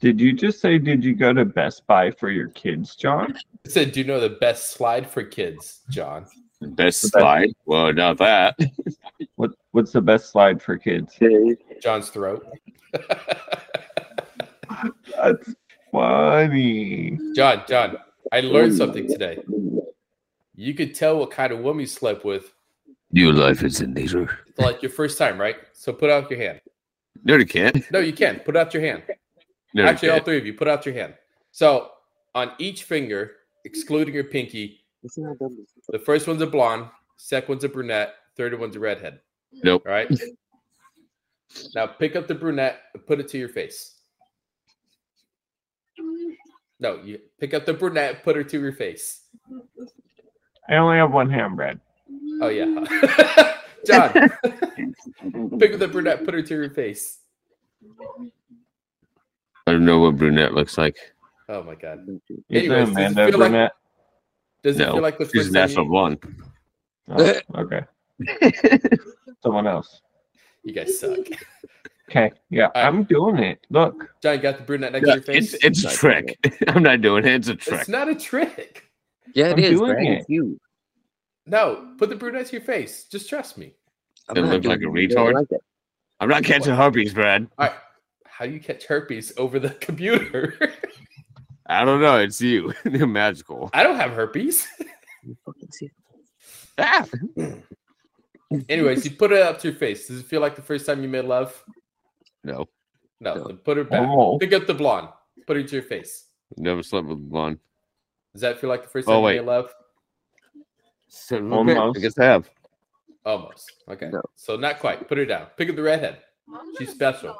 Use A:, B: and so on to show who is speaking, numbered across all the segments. A: Did you just say, did you go to Best Buy for your kids, John?
B: It said, "Do you know the best slide for kids, John?"
C: Best slide. Well, not that.
A: What What's the best slide for kids?
B: John's throat.
A: That's funny.
B: John, John, I learned something today. You could tell what kind of woman you slept with,
C: New life is in nature.
B: like your first time, right? So put out your hand.
C: No, you can't.
B: No, you can put out your hand.
C: No, you
B: Actually, all
C: can't.
B: three of you, put out your hand. So on each finger, excluding your pinky, the first one's a blonde, second one's a brunette, third one's a redhead.
C: Nope.
B: All right. now pick up the brunette and put it to your face. No, you pick up the brunette, put her to your face.
A: I only have one hand, Brad.
B: Oh yeah, John. pick up the brunette, put her to your face.
C: I don't know what brunette looks like.
B: Oh my god.
A: Is
B: Anyways,
A: it
B: does it
A: Amanda
B: feel like-
A: Burnett?
B: Does it
C: No,
B: feel like the
C: She's
B: first
C: a
B: time
C: national
B: you,
C: blonde.
A: Oh, okay. Someone else.
B: you guys suck?
A: Okay. Yeah,
B: right.
A: I'm doing it. Look.
B: John, you got the brunette next
C: Yeah,
B: to your face.
C: it's it's a trick. I'm not doing it. It's a trick.
B: It's not a trick.
D: Yeah, it
A: I'm
D: is,
A: doing
D: Brad.
A: it.
D: It's you.
B: No, put the brunette to your face. Just trust me.
D: I'm
C: It
D: not
C: looked like
D: doing
C: a
D: it. You don't
C: retard.
D: like it.
C: I'm not catching herpes, Brad.
B: All right. How do you catch herpes over the computer?
C: I don't know. It's you. You're magical.
B: I don't have herpes.
D: You fucking see it.
C: Ah!
B: Anyways, you put it up to your face. Does it feel like the first time you made love?
C: No,
B: No,
D: No.
B: then put it back.
A: Oh,
B: Pick up the blonde. Put it to your face.
C: never slept with one.
B: Does that feel like the first
C: Oh,
B: time
C: wait.
B: you made love?
A: okay.
C: I guess I have.
B: Almost. Okay.
D: No.
B: So not quite. Put her down. Pick up the redhead. She's special.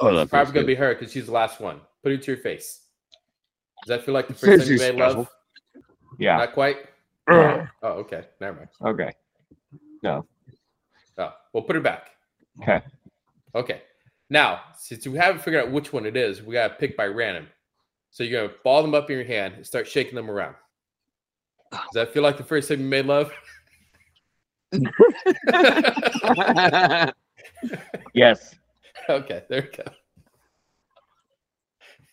C: Oh, that
B: Probably gonna
C: feels
B: be her because she's the last one. Put it to your face. Does that feel like the
C: Says
B: first time you
C: she's
B: made love?
C: special.
A: yeah.
B: Not quite.
C: good. Urgh.
B: Oh, okay. Never mind.
A: Okay.
B: Oh, well, put her back.
A: Okay.
B: Okay. Now, since we haven't figured out which one it is, we gotta pick by random. So you're gonna ball them up in your hand and start shaking them around. Does that feel like the first time you made love?
A: Yes.
B: okay, there we go.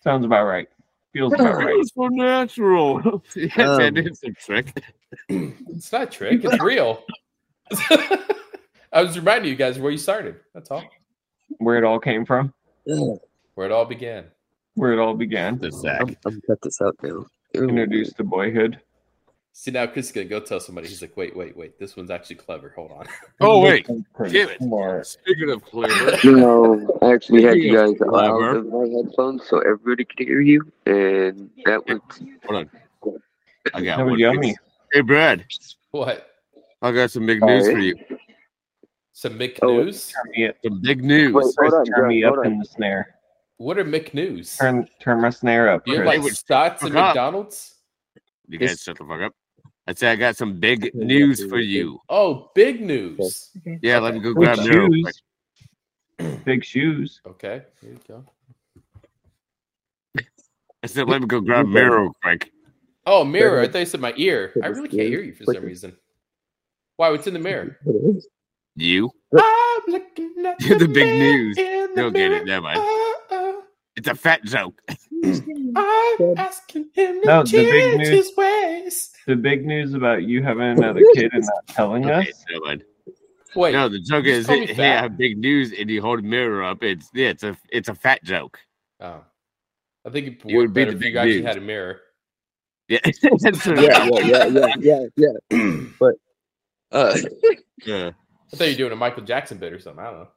A: Sounds about right. Feels about right.
C: It's so natural. yes,
D: Um,
C: it is a trick.
B: It's not a trick, it's real. I was reminding you guys where you started. That's all.
A: Where it all came from.
D: Ugh,
B: Where it all began.
A: Where it all began.
C: The sack.
D: I'm, I'm cut this out now. Ew.
A: Introduced to boyhood.
B: See now Chris is gonna go tell somebody. He's like, wait, wait, wait. This one's actually clever. Hold on.
C: Oh, wait.
A: Pretty
C: Damn it.
A: smart.
C: Speaking of clever,
D: No, I actually had you guys out
C: Clever.
D: of my headphones so everybody could hear you, and that was
C: hold on. I got
A: That was
C: one.
A: yummy.
C: Hey, Brad,
B: What?
C: I got some big news for you.
B: Some Mick
D: Oh,
B: news?
A: Turn me, up-
C: Some big news.
D: Wait, hold on,
A: turn me
D: John,
A: up
D: hold on.
A: in the snare.
B: What are Mick news?
A: Turn turn my snare up,
B: Do you have
A: Chris.
B: like Stotts and
C: Fuck up.
B: McDonald's?
C: You guys
D: This-
C: shut the fuck up. I said I got some big news for you.
B: Oh, big news.
C: Yeah, let me go grab
A: Big
C: that real quick.
A: shoes. Big shoes.
B: Okay. Here you go.
C: I said, let me go grab Mira real quick.
B: Oh, mirror. I thought you said my ear. I really can't hear you for
D: Look
B: some
D: at-
B: reason. Why? What's in the mirror?
C: You?
B: I'm looking at
C: You're the big
B: man
C: news.
B: in the
C: You'll get
B: mirror.
C: it. Never mind.
B: Oh, oh.
C: It's a fat joke.
B: I'm asking him to
A: No, the big
B: change
A: news-
B: his ways.
A: The big news about you having another kid and not telling
C: Okay,
A: us.
C: never mind.
B: Wait.
C: No, the joke
B: you
C: is,
B: told me
C: hey, hey,
B: fat.
C: I have big news, and you hold a mirror up. It's yeah, it's a it's a fat joke.
B: Oh. I think it
C: You
B: would
C: would be
B: be better
C: the
B: if
C: big
B: you actually
C: news.
B: had a mirror.
C: Yeah, That's what-
D: yeah, yeah, yeah, yeah, yeah, yeah. But uh,
C: yeah.
B: I thought you were doing a Michael Jackson bit or something. I don't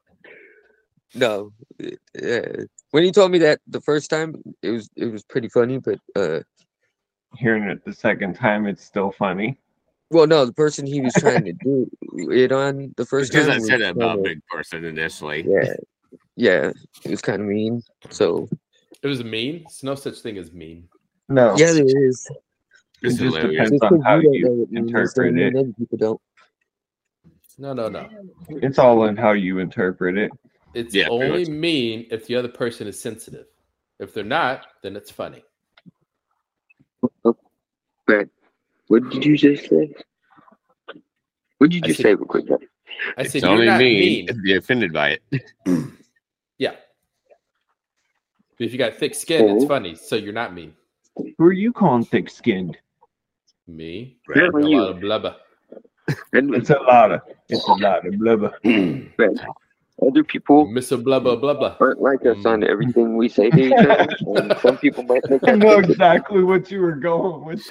B: know.
D: no, uh, when you told me that the first time, it was it was pretty funny. But uh,
A: Hearing it the second time, it's still funny.
D: well, no, the person he was trying to do it on the first
C: because
D: time
C: I
D: was
C: said it about a
D: kinda-
C: big person initially.
D: Yeah, yeah, it was kind of mean. So
B: It was mean. There's no such thing as mean.
A: No.
D: yeah, there is.
C: It's
A: It just
C: hilarious.
A: Depends
D: Just
A: on
D: 'cause
A: how
D: don't
A: you
D: know what mean is, don't
A: interpret
D: mean
A: it.
D: Other people don't.
B: No, no, Oh, no.
A: It's all in how you interpret it.
B: It's
C: Yeah, pretty
B: only mean if the other person is sensitive. If they're not, then it's funny.
D: Brad, what did you just say? What did
B: I
D: you
B: said-
D: say, real quick?
B: I
C: It's
B: said you're
C: only
B: not
C: mean
B: mean.
C: if you're offended by it.
B: Yeah. If you got thick skin, it's
A: Oh.
B: funny. So you're not me.
A: Who are you calling thick skinned?
B: Me.
E: Brad,
B: A
E: who
B: lot
E: you?
B: of blubber.
E: Edmund,
A: It's a lot of it's a lot of blubber.
D: Brad, other people
B: Mr. Blubber Blubber.
D: aren't like us on
B: Mm.
D: everything we say to each other. and some people might think
A: I
D: that's
A: know exactly what you were going with.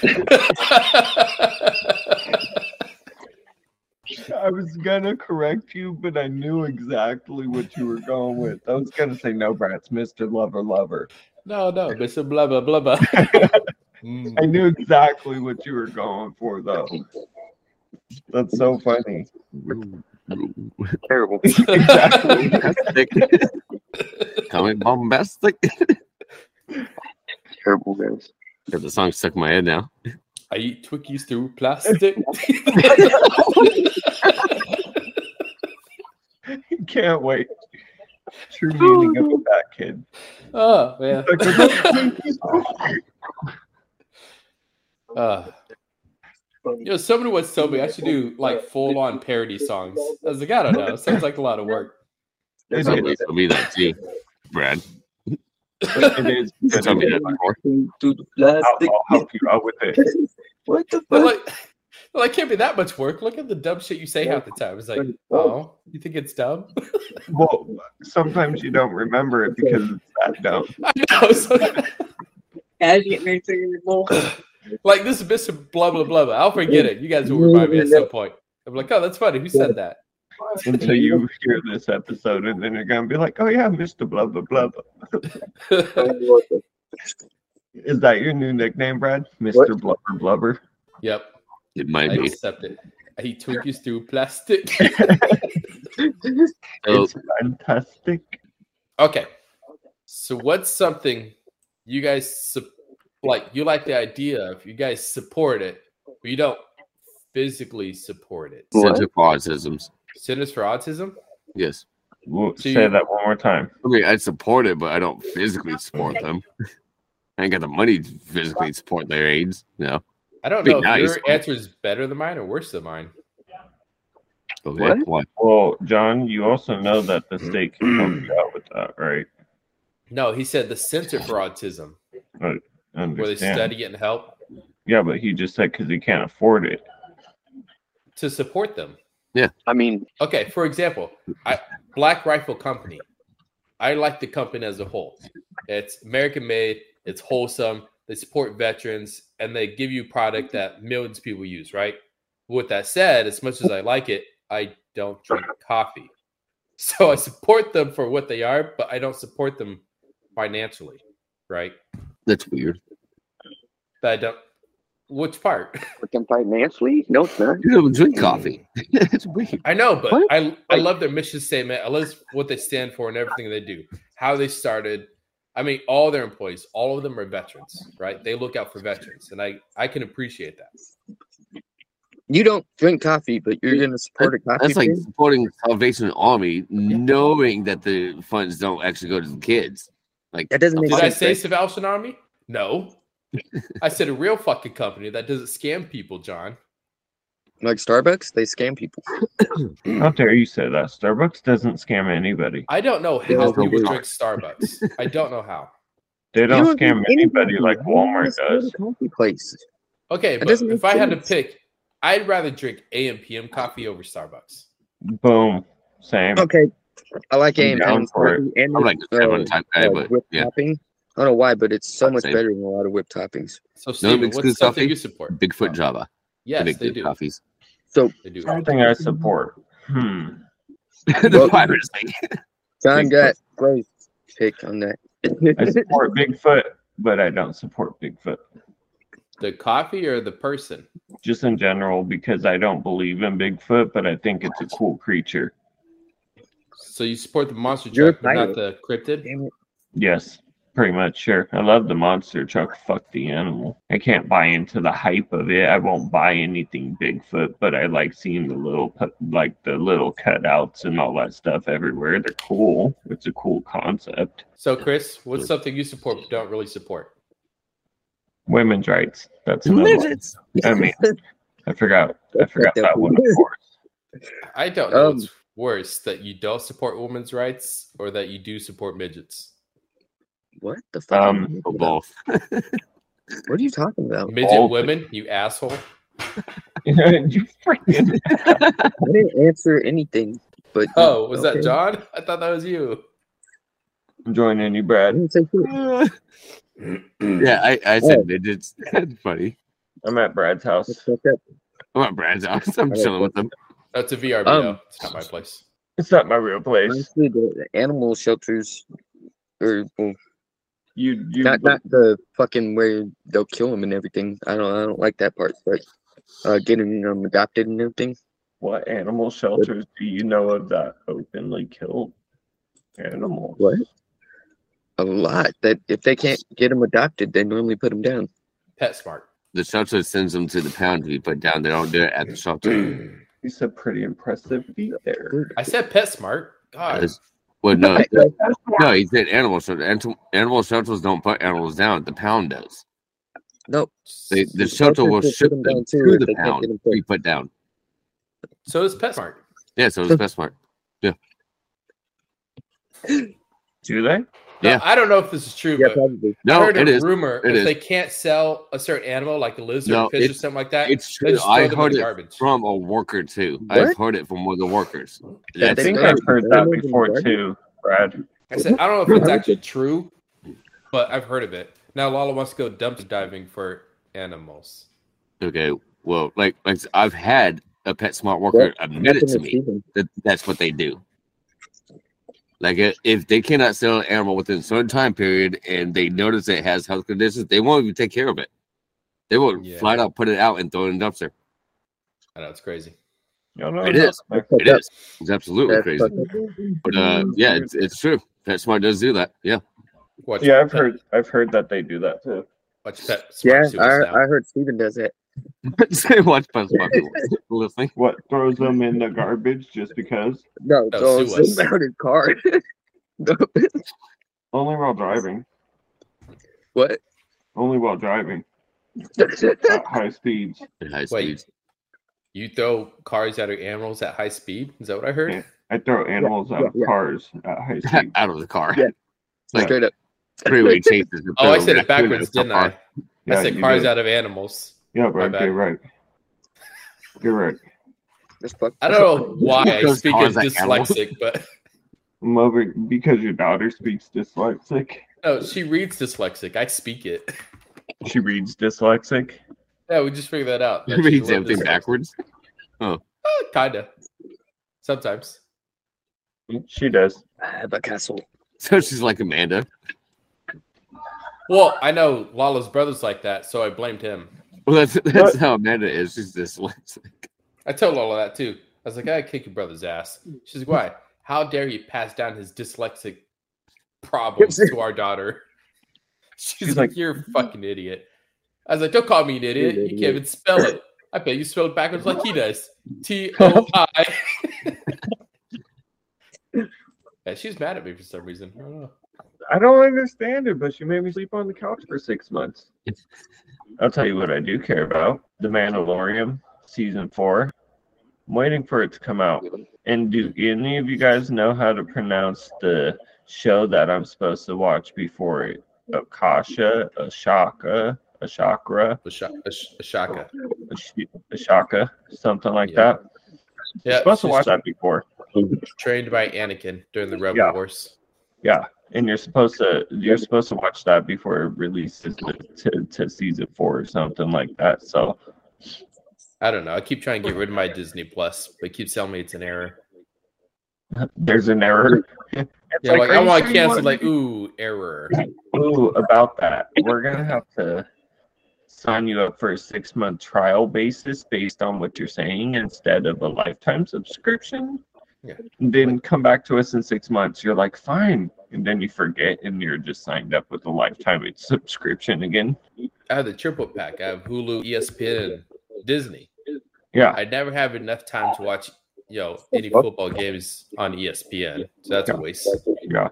A: I was gonna correct you, but I knew exactly what you were going with. I was gonna say no, brats, Mr. Lover Lover.
B: no, no, Mr. Blubber Blubber. Mm.
A: I knew exactly what you were going for though. That's so funny.
D: terrible.
A: Exactly.
C: Bombastic. Call me bombastic.
D: terrible guys.
C: Yeah, the song stuck in my head now.
B: I eat Twinkies through plastic.
A: Can't wait. True meaning of that kid.
B: oh man. Uh, you know, someone once told me I should do like full on parody songs. I was like, I don't know. It sounds like a lot of work.
A: It
C: Somebody
A: is.
C: told me that too, Brad.
A: It is.
C: You told me that before.
D: To the
A: I'll,
D: plastic.
A: I'll help you out with
C: Oh.
A: it.
D: What the
B: But
D: fuck?
B: like, well, it can't be that much work. Look at the dumb shit you say half the time. It's like, oh, you think it's dumb?
A: Well, sometimes you don't remember it because it's that dumb.
B: I know. so-
F: Guys, get married through your goal.
B: like this is Mr. Blah blah blah. I'll forget it. You guys will remind me at some point. I'm like, oh, that's funny. Who said that?
A: Until you hear this episode, and then you're gonna be like, "Oh yeah, Mr. Blah blah blah." blah." Is that your new nickname, Brad? Mr. Blubber Blubber.
B: yep,
C: It
B: I
C: might be.
B: accept it. I eat Twinkies through plastic.
C: So,
A: It's fantastic.
B: Okay. So what's something you guys sup- like you like the idea of you guys support it, but you don't physically support it.
C: Santa Clausisms.
B: Centers for autism?
C: Yes.
A: We'll
B: So
A: say
B: you-
A: that one more time.
C: I mean, I support it, but I don't physically support them. I ain't got the money to physically support their aides. No.
B: I don't
C: Be
B: know if
C: nice.
B: your answer is better than mine or worse than mine.
C: Okay,
D: What?
C: Why?
A: Well, John, you also know that the state can help you out with that, right?
B: No, he said the Center for Autism, where they
A: Understand?
B: study it and help
A: Yeah, but he just said because he can't afford it.
B: to support them.
D: I mean,
B: Okay, for example, I, Black Rifle Company. I like the company as a whole. It's American made, it's wholesome, they support veterans, and they give you product that millions of people use, right? With that said, as much as I like it, I don't drink coffee. So I support them for what they are, but I don't support them financially, right?
C: That's weird.
B: That I don't which part?
D: with them financially? No, it's not.
C: You don't even drink coffee. That's weird.
B: I know, but
C: What?
B: I I love their mission statement. I love what they stand for and everything they do. How they started. I mean, all their employees, all of them are veterans, right? They look out for veterans, and I I can appreciate that.
D: You don't drink coffee, but you're gonna support a coffee.
C: That's like
D: thing?
C: supporting Salvation Army, knowing that the funds don't actually go to the kids. Like
D: that doesn't make
B: Did I
D: sense.
B: say
D: right?
B: Salvation Army? No, I said a real fucking company that doesn't scam people, John.
D: Like Starbucks, they scam people.
A: How dare you say that? Starbucks doesn't scam anybody.
B: I don't know
C: Yeah,
B: how
C: so
B: people
C: weird.
B: drink Starbucks. I don't know how.
A: They
D: You
A: don't
D: drink
A: scam
D: anything.
A: anybody like
D: Why would you
A: Walmart
D: support
A: does.
D: a Coffee place.
B: Okay, but
D: doesn't make
B: if I had to
D: sense.
B: pick, I'd rather drink AM PM coffee over Starbucks.
A: Boom. Same.
D: Okay, I like
A: I'm
D: AM
A: down
D: Adams
A: for it.
D: coffee and
C: I'm like
D: uh,
C: seven type guy,
D: uh,
C: but
D: whipped
C: yeah,
D: topping. I don't know why, but it's so
C: I'd
D: much
C: say-
D: better than a lot of whipped toppings.
B: So, Steven,
C: mixed
B: what's
C: good
B: something
C: coffee?
B: you support? Oh,
C: Bigfoot Java.
B: Yes,
C: make
B: they
C: good
B: do.
C: coffees.
D: So,
B: They do.
A: Something I support. Hmm.
C: the
D: Well-
C: pirates thing.
D: John
A: Bigfoot.
D: got great pick on that.
A: I support Bigfoot, but I don't support Bigfoot
B: The coffee or the person?
A: just in general because I don't believe in Bigfoot, but I think it's a cool creature.
B: So you support the monster
D: You're
B: truck, but not
D: right.
B: the cryptid?
D: Damn it.
A: Yes, pretty much sure. I love the monster truck. Fuck the animal. I can't buy into the hype of it. I won't buy anything Bigfoot, but I like seeing the little pu- like the little cutouts and all that stuff everywhere. They're cool. It's a cool concept.
B: So Chris, what's something you support but don't really support?
A: Women's rights. That's another one. I mean, I forgot. I forgot that one. Of course.
B: I don't know
D: Um,
B: what's worse that you don't support women's rights or that you do support midgets.
D: What the fuck? are
A: Um,
D: you talking
C: Oh,
D: about?
C: both.
D: What are you talking about?
B: Midget
A: All
B: women, you asshole.
A: you freaking
D: I didn't answer anything. But
B: Oh, was that
D: okay.
B: John? I thought that was you.
A: joining you,
D: I
A: Brad.
D: didn't say who.
C: yeah, I, I said midgets. That's funny.
A: I'm at Brad's house.
D: That's fucked up.
C: I'm at Brad's house. I'm
D: Okay,
C: chilling with them.
B: That's a VRBO.
D: Um,
B: it's not my place.
A: It's not my real place.
D: Honestly, the, the animal shelters, or well,
A: You you
D: not not the fucking where they'll kill them and everything. I don't I don't like that part, but uh, getting them adopted and everything.
A: what animal shelters do you know of that openly kill animals?
D: What? A lot that if they can't get them adopted, they normally put them down.
B: PetSmart.
C: The shelter sends them to the pound to be put down. They don't do it at the shelter.
A: It's a pretty impressive feat there.
B: I said PetSmart. God.
C: That's- Well, no,
D: Like,
C: no, he said animal shelter. Ant- Animal shelters don't put animals down. The pound does.
D: no,
C: They, the shelter will ship them to the pound to be put down.
B: So does PetSmart.
C: Yeah, so it's best mark.
A: Do they?
B: Now,
C: Yeah.
B: I don't know if this is true,
D: Yeah,
B: but
D: probably.
B: I
C: No,
B: heard
C: it
B: a
C: is.
B: rumor
C: It
B: if
C: is.
B: they can't sell a certain animal like a lizard,
C: No,
B: fish, or
C: it's-
B: something like that,
C: It's
B: they
C: true.
B: just throw
C: I
B: them in
C: heard
B: the
C: it
B: garbage.
C: from a worker too. I've
D: What?
C: heard it from one of the workers.
D: Yeah,
A: I
C: That's
D: they
A: think
D: go
A: I've
D: to
A: heard that
D: animals in the
A: before
D: garden.
A: too, Brad.
B: I said I don't know if it's actually true, but I've heard of it. Now Lala wants to go dumpster diving for animals.
C: okay. Well, like like I've had a PetSmart worker admit it to me that that's what they do. Like i- if they cannot sell an animal within a certain time period and they notice it has health conditions, they won't even take care of it. They will
B: Yeah.
C: flat out put it out and throw it in a dumpster.
B: I know it's crazy.
A: Y'all know about
C: It is.
A: that.
C: It is. It's absolutely crazy.
D: crazy.
C: But uh, yeah, it's, it's true. PetSmart does do that. Yeah.
B: Watch
A: Yeah, I've
B: Pet-
A: heard I've heard that they do that too.
B: Watch PetSmart.
D: Yeah,
B: sue
D: I,
B: us now.
D: I heard Steven does that.
C: Say watch PetSmart people listening.
A: What throws them in the garbage just because?
D: No,
B: No,
D: so
B: sue us.
D: it's a mounted car. No,
A: Only while driving.
D: what?
A: Only while driving at high speeds.
C: At high
B: Wait,
C: speeds.
B: you throw cars at animals at high speed? Is that what I heard?
A: Yeah. I throw animals out
D: yeah,
A: of
D: yeah.
A: cars at high speed.
C: out of the car.
D: Yeah.
C: Like
D: Straight up.
C: freeway chases.
B: Oh, I said it backwards, didn't I? I said
A: you
B: cars
A: did.
B: out of animals.
A: Yeah,
B: My
A: Brad,
B: bad.
A: you're right. You're right.
D: That's fucked
B: I don't know why I
C: Those
B: speak in
C: cars at animals.
B: dyslexic, but
A: I'm over because your daughter speaks dyslexic.
B: no, she reads dyslexic. I speak it.
A: She reads dyslexic.
B: Yeah, we just figured that out.
C: You
B: that she
C: read
B: was
C: everything
B: dyslexic.
C: backwards.
B: Uh, kinda. Sometimes.
A: She does.
D: up. Abacastle.
C: So she's like Amanda.
B: Well, I know Lala's brother's like that, so I blamed him.
C: Well, that's
A: What?
C: that's how Amanda is. She's dyslexic.
B: I told Lala that too. I was like, I kick your brother's ass. She's like, why? How dare you pass down his dyslexic problems to our daughter? She's,
A: She's
B: like,
A: like-
B: you're a fucking idiot. I was like, don't call me an idiot.
D: You're
B: You
D: an
B: can't
D: idiot."
B: even spell it. I bet you spelled it backwards like he does. T O I. Yeah, she's mad at me for some reason. I don't know.
A: I don't understand it, but she made me sleep on the couch for six months. I'll tell you what I do care about: The Mandalorian season four. I'm waiting for it to come out. And do any of you guys know how to pronounce the show that I'm supposed to watch before it? Akasha, Ashaka, Ashakra,
B: Asha- Ash- Ashaka.
A: Ash- Ashaka, something like
B: Yeah.
A: that.
B: Yeah,
A: supposed to
B: she's
A: watch that before.
B: trained by Anakin during the Rebel
A: Yeah.
B: Wars.
A: Yeah, and you're supposed to you're supposed to watch that before it releases to, to, to season four or something like that. So
B: I don't know. I keep trying to get rid of my Disney Plus, but it keeps telling me it's an error.
A: there's an error. It's
B: Yeah, like, I
A: are you
B: want
A: sure
B: to
A: you
B: cancel.
A: wanna
B: Like,
A: do-
B: ooh, error.
A: ooh, about that. We're gonna have to sign you up for a six month trial basis based on what you're saying instead of a lifetime subscription.
B: Yeah.
A: And then come back to us in six months. You're like, fine. And then you forget and you're just signed up with a lifetime subscription again.
B: I have the triple pack. I have Hulu, E ESPN, Disney.
A: Yeah.
B: I never have enough time to watch, you know, any football games on E ESPN. So that's a waste.
A: Yeah.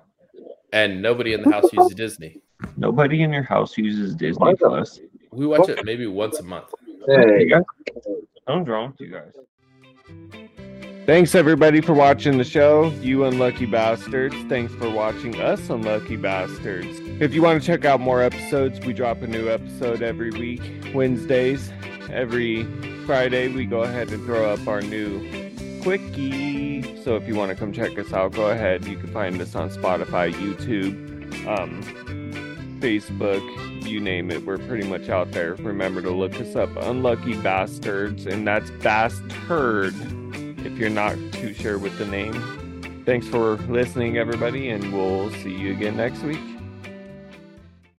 B: And nobody in the house uses Disney.
A: Nobody in your house uses Disney
D: Why the-
A: Plus.
B: We watch it maybe once a month.
A: You guys- I'm drawn to you guys. Thanks everybody for watching the show, you unlucky bastards. Thanks for watching us, unlucky bastards. If you want to check out more episodes, we drop a new episode every week, Wednesdays. Every Friday, we go ahead and throw up our new quickie. So if you want to come check us out, go ahead. You can find us on Spotify, YouTube, um, Facebook, you name it. We're pretty much out there. Remember to look us up, Unlucky Bastards, and that's Bastard if you're not too sure with the name. Thanks for listening, everybody, and we'll see you again next week.